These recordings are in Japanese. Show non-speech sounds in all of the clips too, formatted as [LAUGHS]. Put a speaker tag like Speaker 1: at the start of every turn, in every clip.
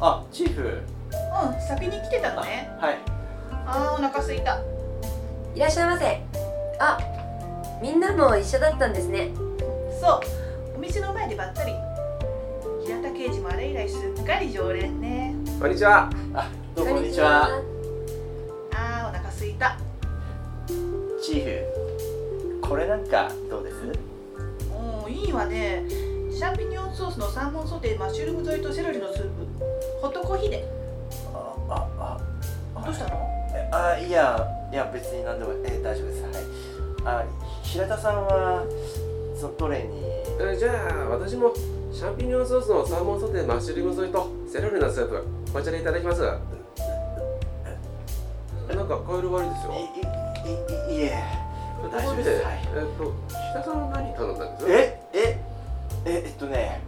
Speaker 1: あチーフ
Speaker 2: うん先に来てたのね
Speaker 1: はい
Speaker 2: あーお腹すいた
Speaker 3: いらっしゃいませあみんなも一緒だったんですね
Speaker 2: そうお店の前でばったり平田刑事もあれ以来すっかり常連ね
Speaker 4: こんにちは
Speaker 1: あどうもこんにちは
Speaker 2: あーお腹すいた
Speaker 1: チーフこれなんかどうです
Speaker 2: うんいいわねシャンピニオンソースのサーモンソテーマッシュルーム添えとセロリのスープホットコーヒーで
Speaker 1: あああ
Speaker 2: どうしたの
Speaker 1: えあいやいや別に何でもえー大丈夫ですはいあ平田さんはそのどれに
Speaker 4: えじゃあ私もシャンピニオンソースのサーモンソテーマッシュルーム添えとセロリのスープこちらいただきますなんかカエル悪いですよ
Speaker 1: いいいいいえ大丈夫です
Speaker 4: え
Speaker 1: はい
Speaker 4: っと北さん何頼んだんです
Speaker 1: ええええっとね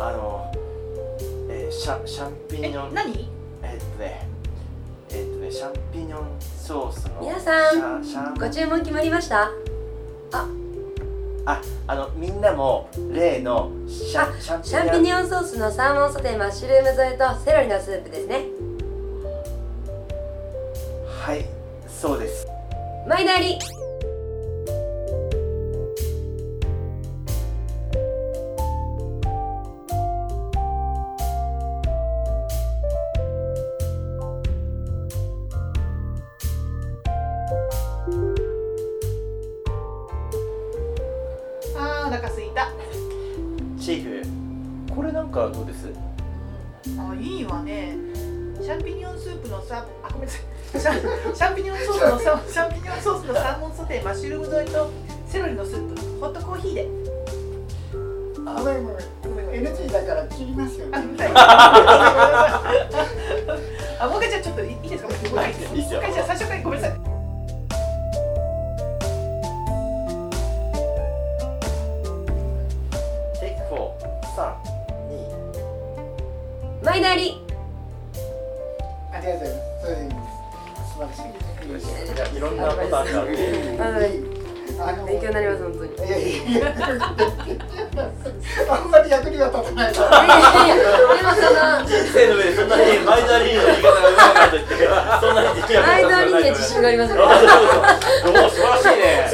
Speaker 1: あのえーシャンシャンピ
Speaker 2: え
Speaker 1: ニョン
Speaker 2: 何
Speaker 1: えっとねえっとねシャンピニョンソースの
Speaker 3: 皆さん
Speaker 1: シャンシャン
Speaker 3: ご注文決まりました
Speaker 1: ああのみんなも例のシャンシャン
Speaker 3: シャンピニオンソースのサーモンソテーマッシュルーム添えとセロリのスープですね
Speaker 1: はいそうです
Speaker 3: 毎度あり
Speaker 2: あーお腹すいた
Speaker 1: チーフこれなんかどうです
Speaker 2: あいいわねシャンピニオンスープのサあごめんなさいシャンシャンピニオンソースの
Speaker 5: [LAUGHS]
Speaker 2: サシャンピニオンソースのサーモンソテーマッシュルーム添えとセロリのスープホットコーヒーで
Speaker 5: ごめんごめんごめんごめん NG だから切りますよ
Speaker 2: あ
Speaker 5: ね
Speaker 2: ごめんなさいあもう一回じゃあちょっといいですかもう一回
Speaker 1: いいですよ
Speaker 2: もう一回じゃあ最初からごめんなさい
Speaker 1: テイクフォー三二
Speaker 3: 毎度あり
Speaker 5: ありがとうございますそれでいいです素晴らしいいい
Speaker 1: いやいろんなパターンがあるね
Speaker 3: あの
Speaker 5: あの
Speaker 3: 勉強になります本
Speaker 1: [LAUGHS]
Speaker 3: 当に
Speaker 5: いやいやいやあんまり役には立たない
Speaker 3: いやいやいやでもその
Speaker 1: 人生の上でそんなにマイナリーの言い方が [LAUGHS] うまいかと言ってそんなにできなかった
Speaker 3: 間にね自信がありますね
Speaker 1: おお素晴らしいね [LAUGHS]
Speaker 3: [LAUGHS]